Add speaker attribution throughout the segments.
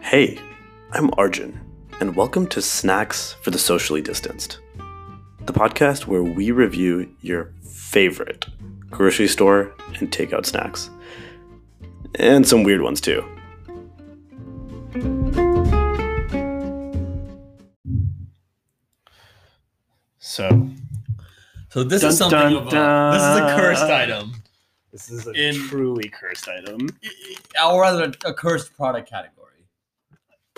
Speaker 1: Hey, I'm Arjun, and welcome to Snacks for the Socially Distanced, the podcast where we review your favorite grocery store and takeout snacks, and some weird ones too. So,
Speaker 2: So this
Speaker 1: Dun,
Speaker 2: is something
Speaker 1: dun,
Speaker 2: of a,
Speaker 1: dun.
Speaker 2: this is a cursed item,
Speaker 1: this is a
Speaker 2: In-
Speaker 1: truly cursed item.
Speaker 2: or rather, a cursed product category.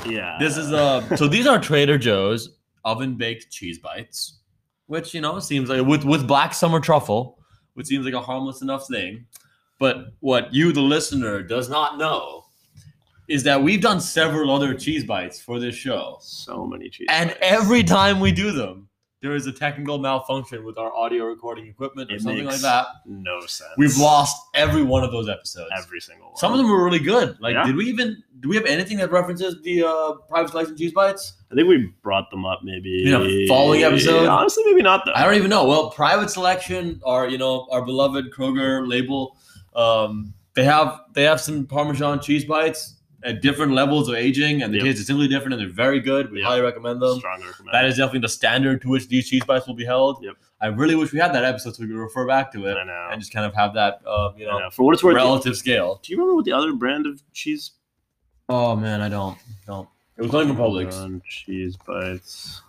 Speaker 1: Yeah.
Speaker 2: This is a so these are Trader Joe's oven baked cheese bites, which you know seems like with with black summer truffle, which seems like a harmless enough thing, but what you the listener does not know is that we've done several other cheese bites for this show,
Speaker 1: so many cheese.
Speaker 2: and
Speaker 1: bites.
Speaker 2: every time we do them, there is a technical malfunction with our audio recording equipment or
Speaker 1: It
Speaker 2: something like
Speaker 1: makes
Speaker 2: that.
Speaker 1: no sense.
Speaker 2: We've lost every one of those episodes.
Speaker 1: every single one.
Speaker 2: Some of them were really good. Like,
Speaker 1: Yeah.
Speaker 2: did we even do we have anything that references the uh, private selection cheese bites?
Speaker 1: I think we brought them up maybe
Speaker 2: In a following episode?
Speaker 1: Honestly, maybe not though.
Speaker 2: I don't even know. Well, private selection, our you know our beloved Kroger label, um, they have they have some Parmesan cheese bites at different levels of aging, and the
Speaker 1: Yep.
Speaker 2: taste is simply different, and they're very good. We
Speaker 1: Yep.
Speaker 2: highly recommend them.
Speaker 1: Strongly recommend.
Speaker 2: That is definitely the standard to which these cheese bites will be held.
Speaker 1: Yep.
Speaker 2: I really wish we had that episode so we could refer back to it
Speaker 1: I know.
Speaker 2: and just kind of have that uh, you
Speaker 1: I
Speaker 2: know
Speaker 1: know. For what it's worth,
Speaker 2: relative scale.
Speaker 1: do you remember what the other brand of cheese?
Speaker 2: Oh man, I don't don't. It was going from Publix.
Speaker 1: Parmesan cheese bites.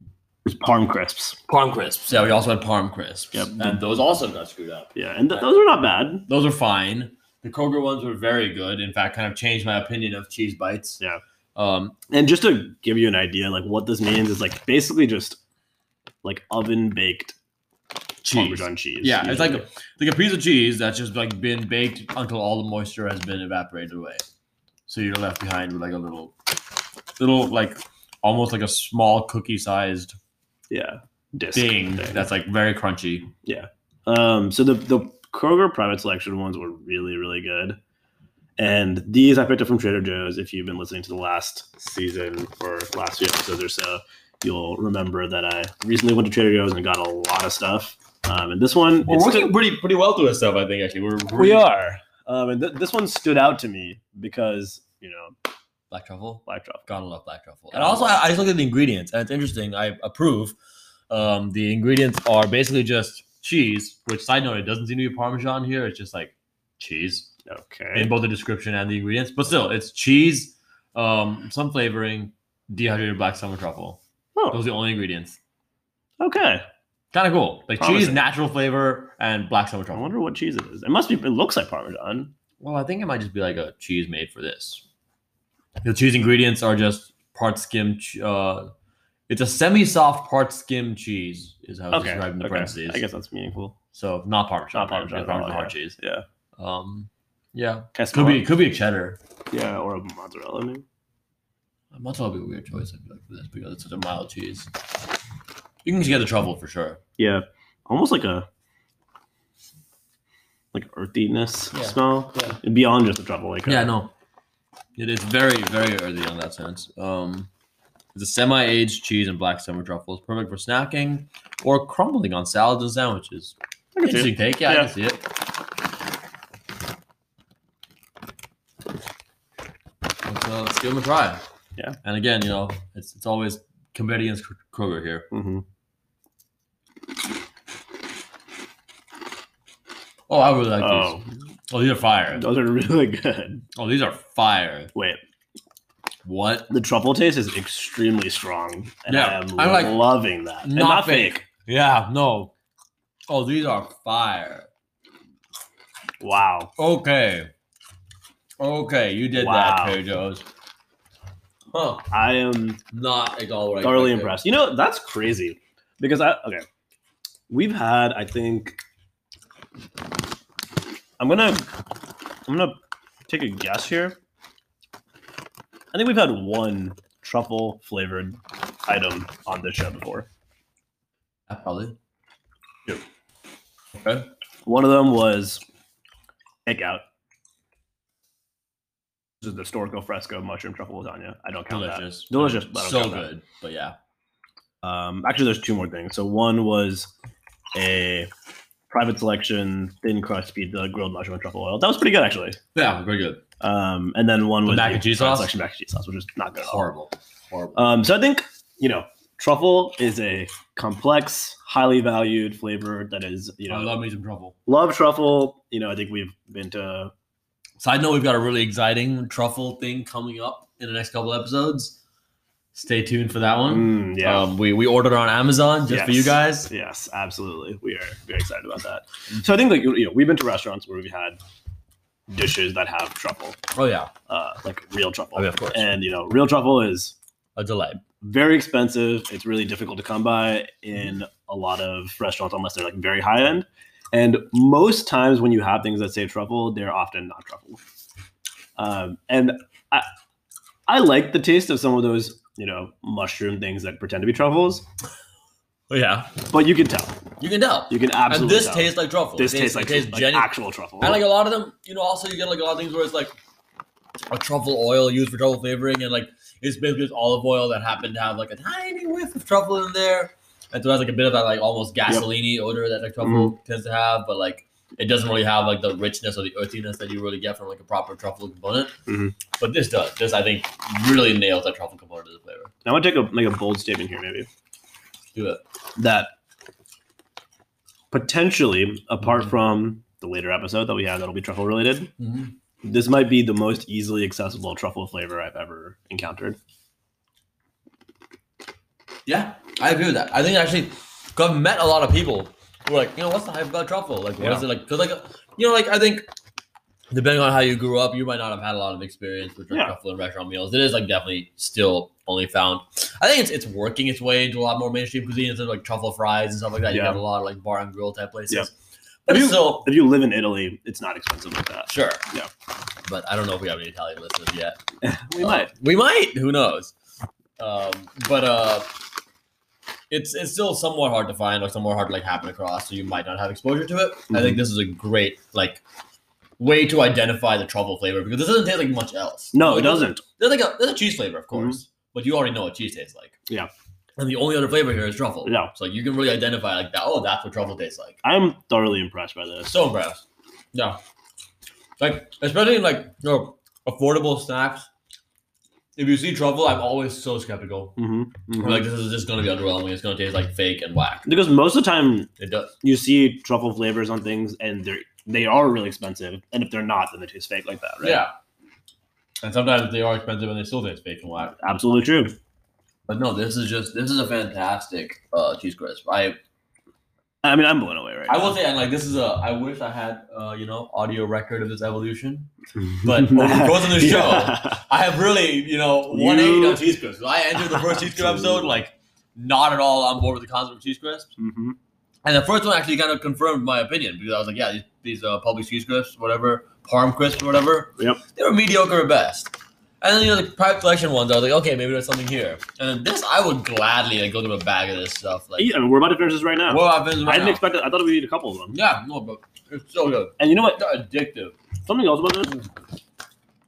Speaker 1: It was Parm crisps.
Speaker 2: Parm crisps. Yeah, we also had Parm crisps.
Speaker 1: Yep.
Speaker 2: And those also got screwed up.
Speaker 1: Yeah, and th- those are not bad.
Speaker 2: Those are fine. The Kroger ones were very good. In fact, kind of changed my opinion of cheese bites.
Speaker 1: Yeah.
Speaker 2: Um,
Speaker 1: And just to give you an idea, like what this means is like basically just like oven baked
Speaker 2: cheese.
Speaker 1: Parmesan cheese.
Speaker 2: Yeah, it's like
Speaker 1: usually.
Speaker 2: a, like a piece of cheese that's just like been baked until all the moisture has been evaporated away. So you're left behind with like a little, little like almost like a small cookie sized
Speaker 1: yeah disc
Speaker 2: thing
Speaker 1: thing.
Speaker 2: that's like very crunchy.
Speaker 1: Um, so the the Kroger private selection ones were really really good, and these I picked up from Trader Joe's. If you've been listening to the last season or last few episodes or so, you'll remember that I recently went to Trader Joe's and got a lot of stuff. Um, and this one,
Speaker 2: We're
Speaker 1: it
Speaker 2: working
Speaker 1: stood-
Speaker 2: pretty pretty well through this stuff, I think. Actually, we're, we're
Speaker 1: we are. Um, and th- this one stood out to me because you know
Speaker 2: black truffle.
Speaker 1: black truffle.
Speaker 2: Gotta love black truffle. And
Speaker 1: Gotta
Speaker 2: also,
Speaker 1: love-
Speaker 2: I, I just look at the ingredients, and it's interesting. I approve. Um, the ingredients are basically just cheese. Which side note, it doesn't seem to be parmesan here. It's just like cheese in
Speaker 1: Okay.
Speaker 2: both the description and the ingredients. But still, it's cheese, um, some flavoring, dehydrated black summer truffle. Those
Speaker 1: Oh,
Speaker 2: are the only ingredients.
Speaker 1: okay.
Speaker 2: Kind of cool. Like cheese,
Speaker 1: Promising.
Speaker 2: natural flavor, and black summer
Speaker 1: I
Speaker 2: truffle.
Speaker 1: wonder what cheese it is. It must be. It looks like Parmesan.
Speaker 2: Well, I think it might just be like a cheese made for this. The cheese ingredients are just part skim. Ch- uh, it's a semi-soft part skim cheese, is how it's
Speaker 1: Okay.
Speaker 2: described in the
Speaker 1: okay.
Speaker 2: parentheses.
Speaker 1: I guess that's meaningful.
Speaker 2: So not parmesan.
Speaker 1: Not Parmesan
Speaker 2: because
Speaker 1: at all,
Speaker 2: Parmesan hard
Speaker 1: yeah.
Speaker 2: cheese.
Speaker 1: Yeah.
Speaker 2: Um, yeah.
Speaker 1: Can I smell
Speaker 2: Could be.
Speaker 1: it?
Speaker 2: Could be a cheddar.
Speaker 1: Yeah, or a mozzarella maybe.
Speaker 2: Mozzarella would be a weird choice. I feel like for this because it's such a mild cheese. You can just get the truffle for sure.
Speaker 1: Yeah, almost like a like earthiness
Speaker 2: Yeah.
Speaker 1: smell
Speaker 2: Yeah.
Speaker 1: beyond just the trouble. Like uh, a-
Speaker 2: Yeah. No. It is very, very earthy in that sense. Um, It's a semi-aged cheese and black summer truffles, perfect for snacking or crumbling on salads and sandwiches.
Speaker 1: I can see it.
Speaker 2: Interesting take, yeah, I
Speaker 1: Yeah.
Speaker 2: can see it. Let's, uh, let's give them a try.
Speaker 1: Yeah.
Speaker 2: And again, you know, it's it's always compared against Kr- Kroger here.
Speaker 1: Mhm.
Speaker 2: Oh, I really like
Speaker 1: Oh,
Speaker 2: these. Oh, these are fire.
Speaker 1: those are really good.
Speaker 2: Oh, these are fire.
Speaker 1: Wait,
Speaker 2: What?
Speaker 1: the truffle taste is extremely strong, and
Speaker 2: Yeah,
Speaker 1: I am
Speaker 2: I'm like-
Speaker 1: loving that. And
Speaker 2: Not fake. Yeah, no. Oh, these are fire.
Speaker 1: Wow,
Speaker 2: Okay. Okay, you did
Speaker 1: Wow.
Speaker 2: that, Trader Joe's. Huh.
Speaker 1: I am
Speaker 2: Not at all what I
Speaker 1: thoroughly
Speaker 2: expected.
Speaker 1: impressed. You know, that's crazy because I okay, we've had I think I'm gonna I'm gonna take a guess here. I think we've had one truffle flavored item on this show before.
Speaker 2: Yeah, Probably.
Speaker 1: Yep.
Speaker 2: Okay.
Speaker 1: One of them was takeout. This is the Storco Fresco mushroom truffle lasagna. I don't count that.
Speaker 2: Delicious.
Speaker 1: Delicious, but I don't
Speaker 2: So
Speaker 1: count that.
Speaker 2: good. But yeah.
Speaker 1: Um, actually, there's two more things. So one was a private selection, thin crust pizza, grilled mushroom and truffle oil. That was pretty good actually.
Speaker 2: Yeah, very good.
Speaker 1: Um, and then one
Speaker 2: The
Speaker 1: was
Speaker 2: mac and cheese
Speaker 1: private
Speaker 2: sauce?
Speaker 1: selection mac and cheese sauce, which is not good at all.
Speaker 2: Horrible. Horrible.
Speaker 1: Um, so I think you know truffle is a complex, highly valued flavor that is you know
Speaker 2: I love me some truffle.
Speaker 1: love truffle. You know I think we've been to
Speaker 2: Side note, we've got a really exciting truffle thing coming up in the next couple episodes. Stay tuned for that one.
Speaker 1: Mm, yeah.
Speaker 2: Um, we, we ordered on Amazon just for you
Speaker 1: Yes.
Speaker 2: guys.
Speaker 1: Yes, absolutely. We are very excited about that. So I think like you know, we've been to restaurants where we've had dishes that have truffle,
Speaker 2: Oh, yeah.
Speaker 1: uh, like real truffle.
Speaker 2: Oh, yeah, of course.
Speaker 1: And you know, real truffle is
Speaker 2: A delight.
Speaker 1: very expensive. It's really difficult to come by in a lot of restaurants unless they're like very high end. And most times when you have things that say truffle, they're often not truffle. Um, and I, I like the taste of some of those, you know, mushroom things that pretend to be truffles,
Speaker 2: Oh, yeah.
Speaker 1: but you can tell.
Speaker 2: You can tell.
Speaker 1: You can absolutely
Speaker 2: and this
Speaker 1: tell.
Speaker 2: tastes like truffle.
Speaker 1: this
Speaker 2: It
Speaker 1: tastes like,
Speaker 2: it tastes
Speaker 1: like
Speaker 2: genuine.
Speaker 1: actual truffle.
Speaker 2: And like a lot of them, you know, also you get like a lot of things where it's like a truffle oil used for truffle flavoring, and like it's basically just olive oil that happened to have like a tiny whiff of truffle in there, and so it has like a bit of that like almost gasoline odor that like truffle
Speaker 1: Mm-hmm.
Speaker 2: tends to have, but like it doesn't really have like the richness or the earthiness that you really get from like a proper truffle component.
Speaker 1: Mhm.
Speaker 2: But this does. This I think really nails that truffle component to the flavor.
Speaker 1: I want to take a make a bold statement here, maybe
Speaker 2: Do it.
Speaker 1: that potentially, apart
Speaker 2: Mm-hmm.
Speaker 1: from the later episode that we have that'll be truffle related, this might be the most easily accessible truffle flavor I've ever encountered.
Speaker 2: Yeah, I agree with that. I think actually, i I've met a lot of people who are like, you know, what's the hype about truffle? Like, what
Speaker 1: Yeah.
Speaker 2: is it like? Because, like, you know, like, I think depending on how you grew up, you might not have had a lot of experience with like,
Speaker 1: Yeah.
Speaker 2: truffle and restaurant meals. It is, like, definitely still only found. I think it's it's working its way into a lot more mainstream cuisine, instead of like truffle fries and stuff like that. You
Speaker 1: Yeah.
Speaker 2: have a lot of like bar and grill type places.
Speaker 1: Yeah.
Speaker 2: But
Speaker 1: Have
Speaker 2: it's
Speaker 1: you-
Speaker 2: still,
Speaker 1: If you live in Italy, it's not expensive like that.
Speaker 2: sure.
Speaker 1: Yeah.
Speaker 2: But I don't know if we have any Italian listeners yet.
Speaker 1: We
Speaker 2: Uh,
Speaker 1: might.
Speaker 2: We might. Who knows? Um, but uh, it's it's still somewhat hard to find or somewhat hard to like happen across. So you might not have exposure to it. I
Speaker 1: Mm-hmm.
Speaker 2: think this is a great like way to identify the truffle flavor because this doesn't taste like much else.
Speaker 1: No, it doesn't. Mm-hmm.
Speaker 2: There's like a there's a cheese flavor, of course, but you already know what cheese tastes like.
Speaker 1: Yeah.
Speaker 2: And the only other flavor here is truffle.
Speaker 1: Yeah.
Speaker 2: So you can really identify like that. Oh, that's what truffle tastes like.
Speaker 1: I'm thoroughly impressed by this.
Speaker 2: So impressed. Yeah. Like, especially in like you know, affordable snacks. If you see truffle, I'm always so skeptical.
Speaker 1: hmm
Speaker 2: I'm Like, this is just gonna be underwhelming. It's gonna taste like fake and whack.
Speaker 1: Because most of the time
Speaker 2: It does.
Speaker 1: you see truffle flavors on things, and they're they are really expensive. And if they're not, then they taste fake like that, right?
Speaker 2: Yeah. And sometimes they are expensive and they still taste fake and whack.
Speaker 1: absolutely true.
Speaker 2: But no, this is just this is a fantastic uh, cheese crisp. I
Speaker 1: I mean, I'm blown away right
Speaker 2: I
Speaker 1: now.
Speaker 2: will say, and like this is a I wish I had uh, you know audio record of this evolution. But over the course of the show, I have really, you know,
Speaker 1: You-
Speaker 2: 180 on cheese crisps. I entered the first cheese crisp episode like not at all on board with the concept of cheese crisps,
Speaker 1: hmm
Speaker 2: and the first one actually kind of confirmed my opinion because I was like, yeah, these, these uh, public cheese crisps, whatever, parm crisps, whatever,
Speaker 1: Yep.
Speaker 2: they were mediocre at best. And then you know the private collection ones, I was like, okay, maybe there's something here. And then this, I would gladly like go through a bag of this stuff. Like,
Speaker 1: Yeah, I mean, we're about to finish this right now.
Speaker 2: what happens?
Speaker 1: I
Speaker 2: Right
Speaker 1: didn't
Speaker 2: now?
Speaker 1: expect it. I thought we'd eat a couple of them.
Speaker 2: yeah, no, but it's so good,
Speaker 1: And you know what?
Speaker 2: it's addictive.
Speaker 1: Something else about this,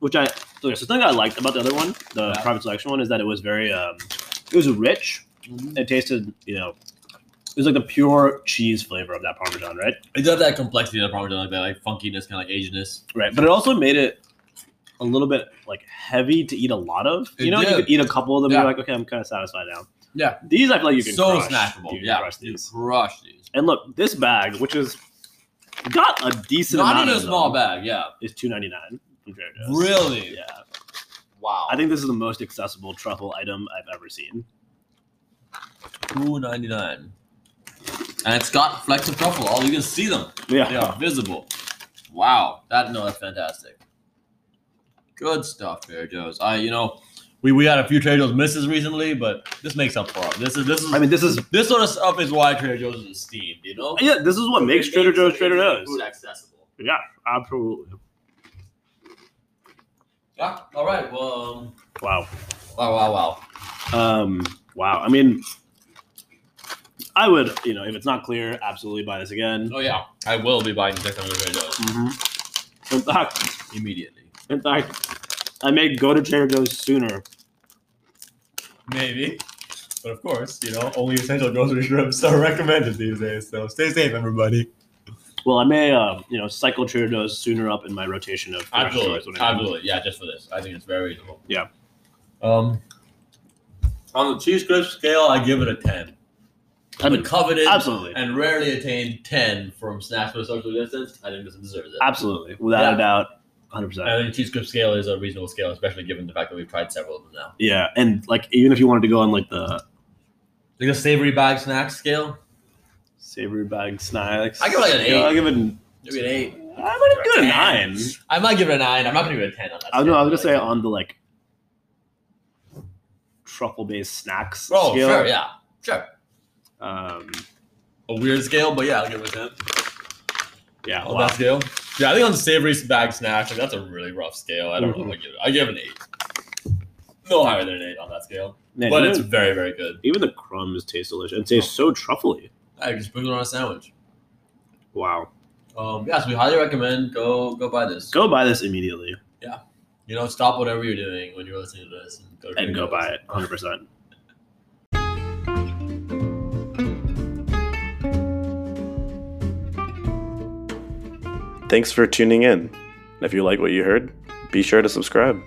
Speaker 1: which I so yeah, so something I liked about the other one, the
Speaker 2: Yeah.
Speaker 1: private selection one, is that it was very um, it was rich.
Speaker 2: Mm-hmm.
Speaker 1: It tasted, you know, it was like the pure cheese flavor of that parmesan, right?
Speaker 2: It does have that complexity that probably like that, like funkiness, kind of like Asianness.
Speaker 1: Right. But it also made it a little bit like heavy to eat a lot of. You
Speaker 2: It
Speaker 1: know, you
Speaker 2: did.
Speaker 1: could eat a couple of them.
Speaker 2: Yeah.
Speaker 1: You're like, okay, I'm kind of satisfied now.
Speaker 2: Yeah.
Speaker 1: These I feel like you can
Speaker 2: so
Speaker 1: crush.
Speaker 2: snackable.
Speaker 1: You can
Speaker 2: yeah,
Speaker 1: crush
Speaker 2: you
Speaker 1: these.
Speaker 2: crush these.
Speaker 1: And look, this bag, which is got a decent
Speaker 2: Not
Speaker 1: amount
Speaker 2: in a
Speaker 1: of
Speaker 2: small
Speaker 1: them,
Speaker 2: bag. Yeah,
Speaker 1: is two ninety nine from Trader Joe's.
Speaker 2: really.
Speaker 1: Yeah.
Speaker 2: Wow.
Speaker 1: I think this is the most accessible truffle item I've ever seen.
Speaker 2: two ninety nine, and it's got flecks of truffle. All you can see them.
Speaker 1: Yeah.
Speaker 2: They are visible. Wow. That no, that's fantastic. Good stuff, Trader Joe's. I you know, we we had a few Trader Joe's misses recently, but this makes up for them. This is this is
Speaker 1: I mean, this is
Speaker 2: this sort of stuff is why Trader Joe's is esteemed. You know.
Speaker 1: yeah, this is what
Speaker 2: It
Speaker 1: makes Trader Joe's Trader Joe's.
Speaker 2: Food accessible.
Speaker 1: Yeah, absolutely.
Speaker 2: Yeah. All right. Well. Um,
Speaker 1: Wow.
Speaker 2: wow. Wow. Wow.
Speaker 1: Um, wow. I mean, I would, you know, if it's not clear, absolutely buy this again.
Speaker 2: Oh yeah, I will be buying the next time I'm Trader Joe's
Speaker 1: Mm-hmm. In fact,
Speaker 2: immediately.
Speaker 1: in fact, I may go to Trader Joe's sooner.
Speaker 2: Maybe, but of course, you know, only essential grocery trips are recommended these days. So stay safe, everybody.
Speaker 1: Well, I may, um, you know, cycle Trader Joe's sooner up in my rotation of fresh choice
Speaker 2: Absolutely,
Speaker 1: when it happens.
Speaker 2: absolutely. Yeah, just for this, I think it's very reasonable.
Speaker 1: Yeah.
Speaker 2: Um, on the cheese crisp scale, I give it a ten.
Speaker 1: I
Speaker 2: I'm a
Speaker 1: mean,
Speaker 2: coveted
Speaker 1: Absolutely,
Speaker 2: and rarely attained ten from snacks with social distance. I think this deserves it.
Speaker 1: absolutely, without
Speaker 2: Yeah.
Speaker 1: a doubt, hundred percent.
Speaker 2: I think cheese crisp scale is a reasonable scale, especially given the fact that we've tried several of them now.
Speaker 1: Yeah, and like even if you wanted to go on like the
Speaker 2: Like the savory bag snack scale,
Speaker 1: savory bag snacks,
Speaker 2: I give it like an
Speaker 1: you know,
Speaker 2: eight.
Speaker 1: I'll give it. an-
Speaker 2: maybe an eight.
Speaker 1: I might give it a
Speaker 2: Ten.
Speaker 1: nine.
Speaker 2: I might give it a nine. I'm not gonna give it a ten on that.
Speaker 1: I don't know. I was gonna
Speaker 2: scale,
Speaker 1: say on the like truffle based snacks
Speaker 2: but, like- Oh,
Speaker 1: scale.
Speaker 2: sure, yeah, sure.
Speaker 1: Um,
Speaker 2: A weird scale, but yeah, I'll give it a ten.
Speaker 1: yeah.
Speaker 2: on
Speaker 1: wow.
Speaker 2: that scale. Yeah, I think on the savory bag snacks, like that's a really rough scale. I don't
Speaker 1: Mm-hmm.
Speaker 2: know if I give it. I give it an eight. No higher than an eight on that scale,
Speaker 1: Man,
Speaker 2: but
Speaker 1: even,
Speaker 2: it's very, very good.
Speaker 1: even the crumbs taste delicious and taste so truffly.
Speaker 2: I just put it on a sandwich.
Speaker 1: Wow.
Speaker 2: Um, yes, we highly recommend go go buy this.
Speaker 1: Go buy this immediately
Speaker 2: You know, stop whatever you're doing when you're listening to this and go
Speaker 1: and go buy it. Hundred percent.
Speaker 3: Thanks for tuning in. If you like what you heard, be sure to subscribe.